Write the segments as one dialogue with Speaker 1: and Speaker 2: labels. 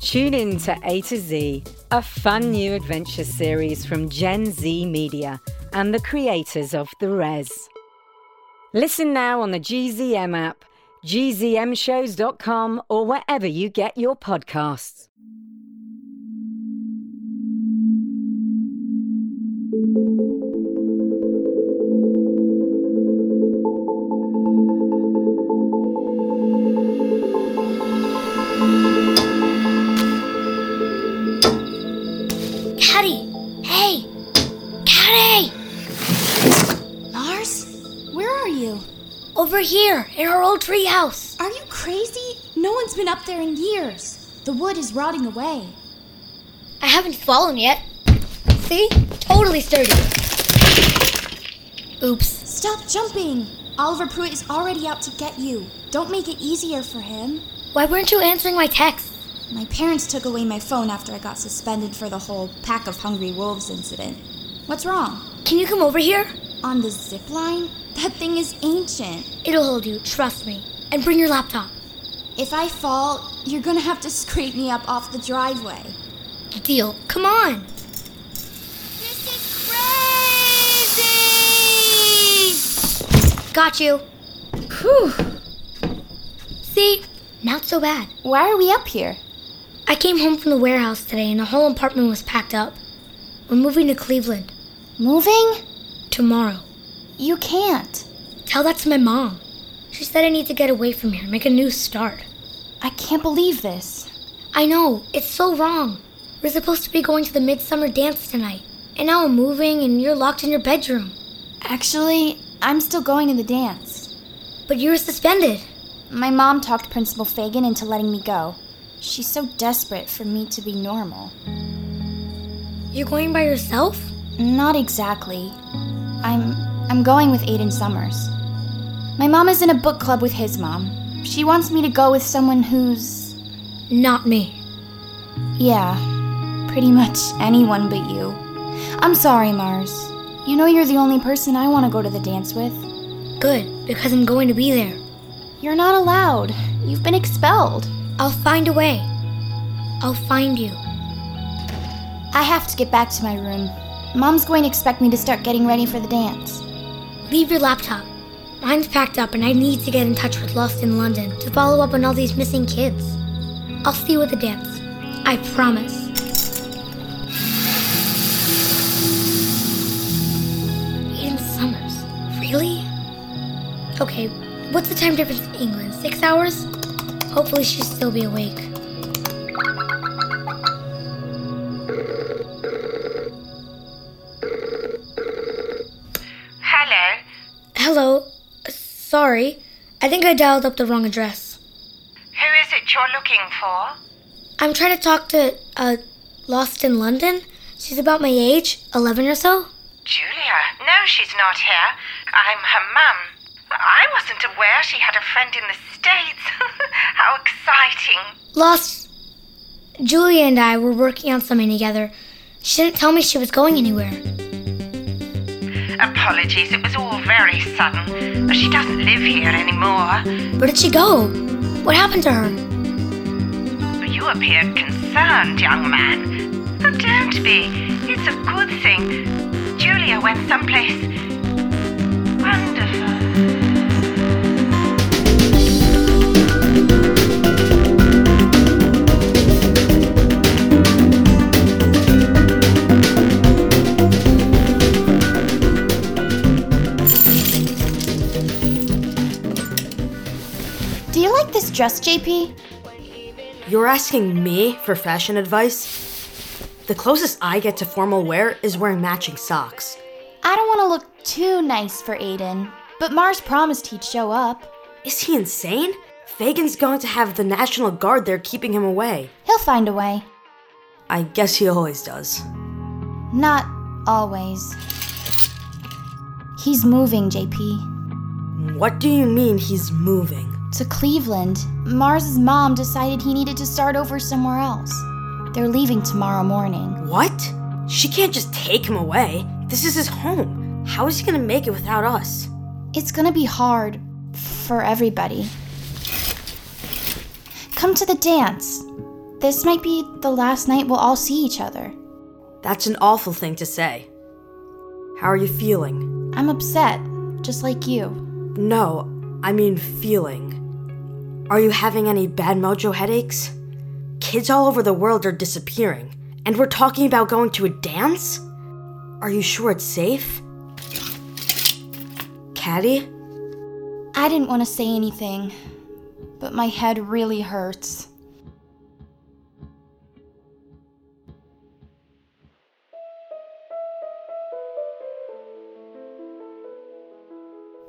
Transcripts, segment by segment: Speaker 1: Tune in to A to Z, a fun new adventure series from Gen Z Media and the creators of The Res. Listen now on the GZM app, gzmshows.com, or wherever you get your podcasts.
Speaker 2: Caddy! Hey! Caddy! Lars? Where are you? Over here, in our old treehouse. Are you crazy? No one's been up there in years. The wood is rotting away. I haven't fallen yet. See? Totally sturdy. Oops.
Speaker 3: Stop jumping! Oliver Pruitt is already out to get you. Don't make it easier for him.
Speaker 2: Why weren't you answering my texts?
Speaker 3: My parents took away my phone after I got suspended for the whole pack of hungry wolves incident. What's wrong?
Speaker 2: Can you come over here?
Speaker 3: On the zip line? That thing is ancient.
Speaker 2: It'll hold you, trust me. And bring your laptop.
Speaker 3: If I fall, you're gonna have to scrape me up off the driveway.
Speaker 2: Deal. Come on. This is crazy. Got you. Whew. See, not so bad.
Speaker 3: Why are we up here?
Speaker 2: I came home from the warehouse today and the whole apartment was packed up. We're moving to Cleveland
Speaker 3: Moving?
Speaker 2: tomorrow.
Speaker 3: You can't.
Speaker 2: Tell that to my mom. She said I need to get away from here, make a new start.
Speaker 3: I can't believe this.
Speaker 2: I know, it's so wrong. We're supposed to be going to the midsummer dance tonight, and now I'm moving and you're locked in your bedroom.
Speaker 3: Actually, I'm still going to the dance.
Speaker 2: But you were suspended.
Speaker 3: My mom talked Principal Fagan into letting me go. She's so desperate for me to be normal.
Speaker 2: You're going by yourself?
Speaker 3: Not exactly. I'm I'm going with Aiden Summers. My mom is in a book club with his mom. She wants me to go with someone who's
Speaker 2: Not me.
Speaker 3: yeah, pretty much anyone but you. I'm sorry, Mars. You know you're the only person I want to go to the dance with.
Speaker 2: Good, because I'm going to be there.
Speaker 3: You're not allowed. You've been expelled.
Speaker 2: I'll find a way. I'll find you.
Speaker 3: I have to get back to my room. Mom's going to expect me to start getting ready for the dance.
Speaker 2: Leave your laptop. Mine's packed up, and I need to get in touch with Lost in London to follow up on all these missing kids. I'll see you at the dance. I promise. Aiden Summers. Really? Okay, what's the time difference in England? Six hours? Hopefully, she'll still be awake.
Speaker 4: Hello.
Speaker 2: Hello. Sorry. I think I dialed up the wrong address.
Speaker 4: Who is it you're looking for?
Speaker 2: I'm trying to talk to, uh, Lost in London. She's about my age, 11 or so.
Speaker 4: Julia. No, she's not here. I'm her mum. I wasn't aware she had a friend in the States. How exciting.
Speaker 2: Lost. Julia and I were working on something together. She didn't tell me she was going anywhere.
Speaker 4: Apologies, it was all very sudden. She doesn't live here anymore.
Speaker 2: Where did she go? What happened to her?
Speaker 4: You appeared concerned, young man. Oh, don't be. It's a good thing. Julia went someplace wonderful.
Speaker 3: Do you like this dress, JP?
Speaker 5: You're asking me for fashion advice? The closest I get to formal wear is wearing matching socks.
Speaker 3: I don't want to look too nice for Aiden, but Mars promised he'd show up.
Speaker 5: Is he insane? Fagin's going to have the National Guard there keeping him away.
Speaker 3: He'll find a way.
Speaker 5: I guess he always does.
Speaker 3: Not always. He's moving, JP.
Speaker 5: What do you mean he's moving?
Speaker 3: To Cleveland. Mars's mom decided he needed to start over somewhere else. They're leaving tomorrow morning.
Speaker 5: What? She can't just take him away. This is his home. How is he gonna make it without us?
Speaker 3: It's gonna be hard for everybody. Come to the dance. This might be the last night we'll all see each other.
Speaker 5: That's an awful thing to say. How are you feeling?
Speaker 3: I'm upset, just like you.
Speaker 5: No, I mean feeling. Are you having any bad mojo headaches? Kids all over the world are disappearing, and we're talking about going to a dance? Are you sure it's safe? Caddy?
Speaker 3: I didn't want to say anything, but my head really hurts.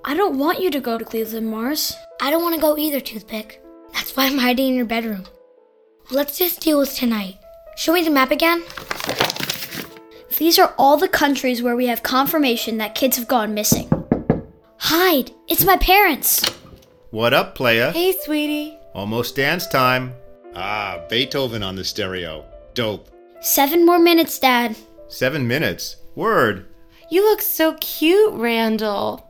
Speaker 6: I don't want you to go to Cleveland, Mars.
Speaker 2: I don't want to go either, Toothpick. That's why I'm hiding in your bedroom. Let's just deal with tonight. Show me the map again.
Speaker 6: These are all the countries where we have confirmation that kids have gone missing.
Speaker 2: Hide! It's my parents!
Speaker 7: What up, playa?
Speaker 8: Hey, sweetie.
Speaker 7: Almost dance time. Ah, Beethoven on the stereo. Dope.
Speaker 6: Seven more minutes, Dad.
Speaker 7: Seven minutes. Word.
Speaker 8: You look so cute, Randall.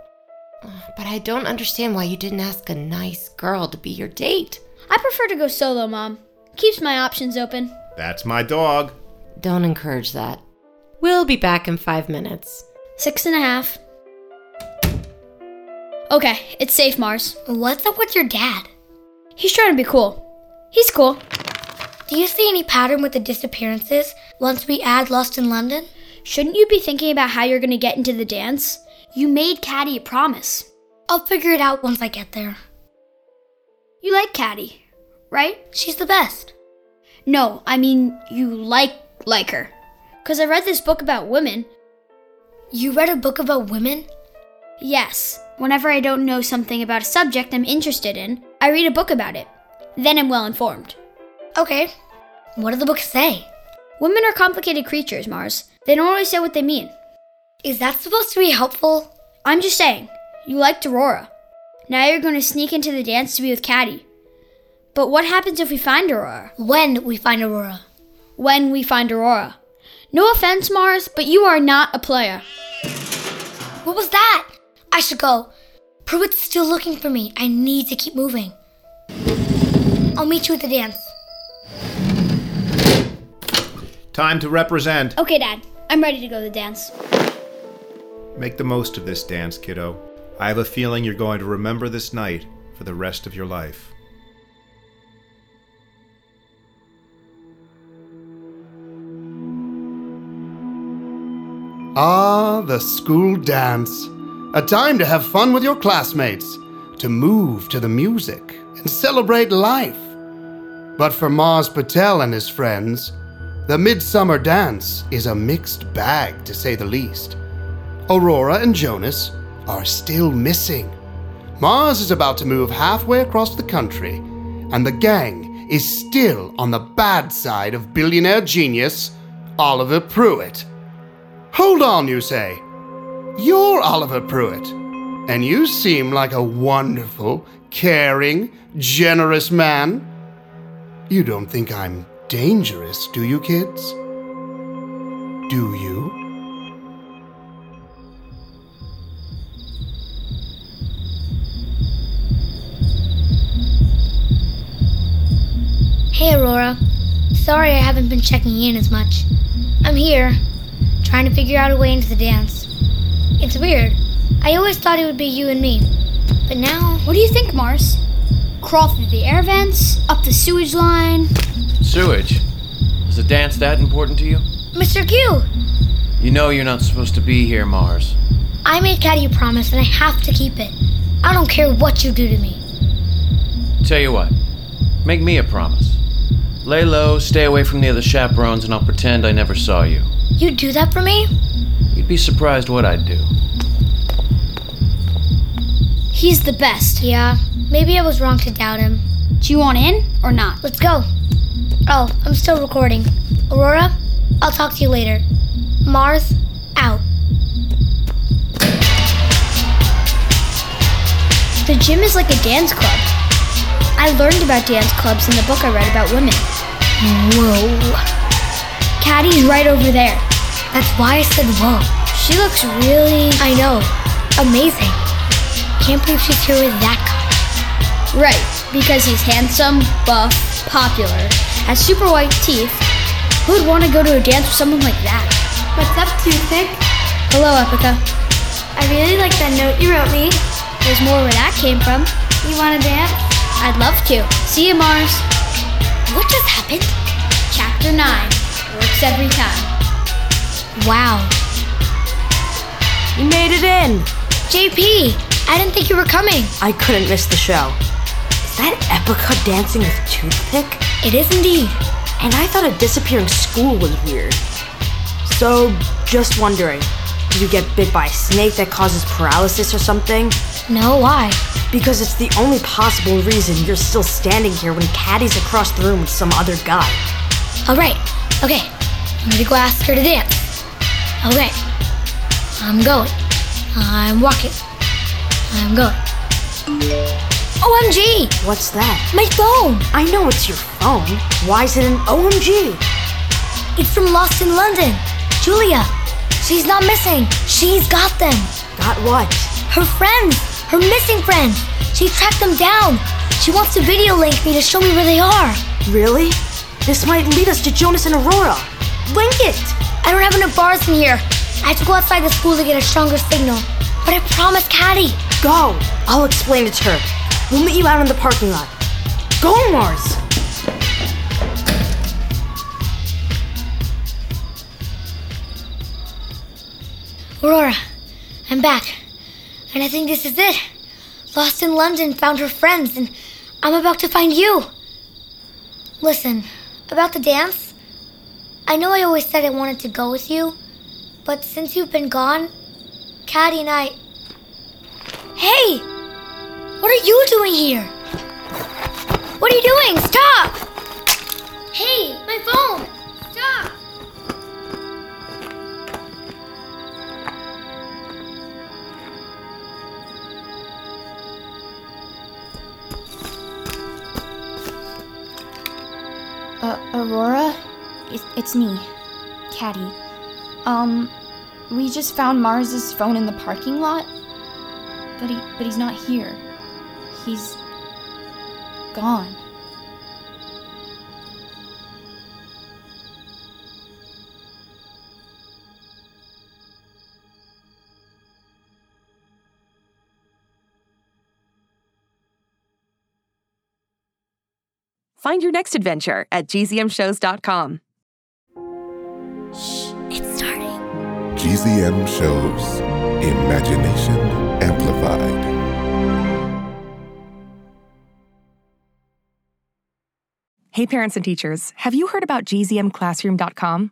Speaker 8: Ugh, But I don't understand why you didn't ask a nice girl to be your date.
Speaker 6: I prefer to go solo, Mom. Keeps my options open.
Speaker 7: That's my dog.
Speaker 8: Don't encourage that. We'll be back in five minutes.
Speaker 6: Six and a half. Okay, it's safe, Mars.
Speaker 2: What's up with your dad?
Speaker 6: He's trying to be cool. He's cool.
Speaker 2: Do you see any pattern with the disappearances once we add Lost in London?
Speaker 6: Shouldn't you be thinking about how you're gonna get into the dance? You made Caddy a promise.
Speaker 2: I'll figure it out once I get there.
Speaker 6: You like Caddy, right?
Speaker 2: She's the best.
Speaker 6: No, I mean you like like her. Cause I read this book about women.
Speaker 2: You read a book about women?
Speaker 6: Yes. Whenever I don't know something about a subject I'm interested in, I read a book about it. Then I'm well informed.
Speaker 2: Okay. What did the book say?
Speaker 6: Women are complicated creatures, Mars. They don't always say what they mean.
Speaker 2: Is that supposed to be helpful?
Speaker 6: I'm just saying, you liked Aurora. Now you're going to sneak into the dance to be with Caddy. But what happens if we find Aurora?
Speaker 2: When we find Aurora.
Speaker 6: When we find Aurora. No offense, Mars, but you are not a player.
Speaker 2: What was that? I should go. Pruitt's still looking for me. I need to keep moving. I'll meet you at the dance.
Speaker 7: Time to represent.
Speaker 6: Okay, Dad, I'm ready to go to the dance.
Speaker 7: Make the most of this dance, kiddo. I have a feeling you're going to remember this night for the rest of your life.
Speaker 9: Ah, the school dance. A time to have fun with your classmates, to move to the music, and celebrate life. But for Mars Patel and his friends, the Midsummer Dance is a mixed bag, to say the least. Aurora and Jonas are still missing. Mars is about to move halfway across the country, and the gang is still on the bad side of billionaire genius Oliver Pruitt. Hold on, you say. You're Oliver Pruitt, and you seem like a wonderful, caring, generous man. You don't think I'm dangerous, do you, kids? Do you?
Speaker 2: Hey, Aurora. Sorry I haven't been checking in as much. I'm here, trying to figure out a way into the dance. It's weird. I always thought it would be you and me. But now,
Speaker 6: What do you think, Mars? Crawl through the air vents, up the sewage line.
Speaker 10: Sewage? Is the dance that important to you?
Speaker 2: Mr. Q!
Speaker 10: You know you're not supposed to be here, Mars.
Speaker 2: I made Caddy a promise and I have to keep it. I don't care what you do to me.
Speaker 10: Tell you what, make me a promise. Lay low, stay away from the other chaperones, and I'll pretend I never saw you.
Speaker 2: You do that for me?
Speaker 10: You'd be surprised what I'd do.
Speaker 6: He's the best.
Speaker 2: Yeah, maybe I was wrong to doubt him.
Speaker 6: Do you want in or not?
Speaker 2: Let's go. Oh, I'm still recording. Aurora, I'll talk to you later. Mars, out.
Speaker 6: The gym is like a dance club. I learned about dance clubs in the book I read about women. Whoa. Caddy's right over there. That's why I said whoa. She looks really. I know. Amazing. Can't believe she's here with that guy. Right, because he's handsome, buff, popular, has super white teeth. Who'd want to go to a dance with someone like that? What's up, Toothpick? Hello, Epica. I really like that note you wrote me. There's more where that came from. You want to dance? I'd love to. See you, Mars. What just happened? Chapter 9. Works every time. Wow.
Speaker 2: You made it in. JP, I didn't think you were coming.
Speaker 5: I couldn't miss the show. Is that Epica dancing with Toothpick?
Speaker 2: It is indeed.
Speaker 5: And I thought a disappearing school was weird. So, just wondering, did you get bit by a snake that causes paralysis or something?
Speaker 2: No, why?
Speaker 5: Because it's the only possible reason you're still standing here when Caddy's across the room with some other guy.
Speaker 2: All right, okay. I'm gonna go ask her to dance. All right. I'm going. I'm walking. I'm going. OMG!
Speaker 5: What's that?
Speaker 2: My phone!
Speaker 5: I know it's your phone. Why is it an OMG?
Speaker 2: It's from Lost in London. Julia. She's not missing. She's got them.
Speaker 5: Got what?
Speaker 2: Her friends. Her missing friends. She tracked them down. She wants to video link me to show me where they are.
Speaker 5: Really? This might lead us to Jonas and Aurora.
Speaker 2: Link it! I don't have enough bars in here. I have to go outside the school to get a stronger signal. But I promised Caddy.
Speaker 5: Go! I'll explain it to her. We'll meet you out in the parking lot. Go, Mars!
Speaker 2: Aurora, I'm back. And I think this is it. Lost in London found her friends, and I'm about to find you. Listen, about the dance, I know I always said I wanted to go with you, but since you've been gone, Caddy and I. Hey! What are you doing here? What are you doing? Stop! Hey, my phone! Stop!
Speaker 3: Uh, Aurora? It, it's me, Caddy. Um, we just found Mars's phone in the parking lot. But he, but he's not here. He's gone.
Speaker 11: Find your next adventure at gzmshows.com.
Speaker 9: GZM shows Imagination Amplified.
Speaker 11: Hey, parents and teachers, have you heard about gzmclassroom.com?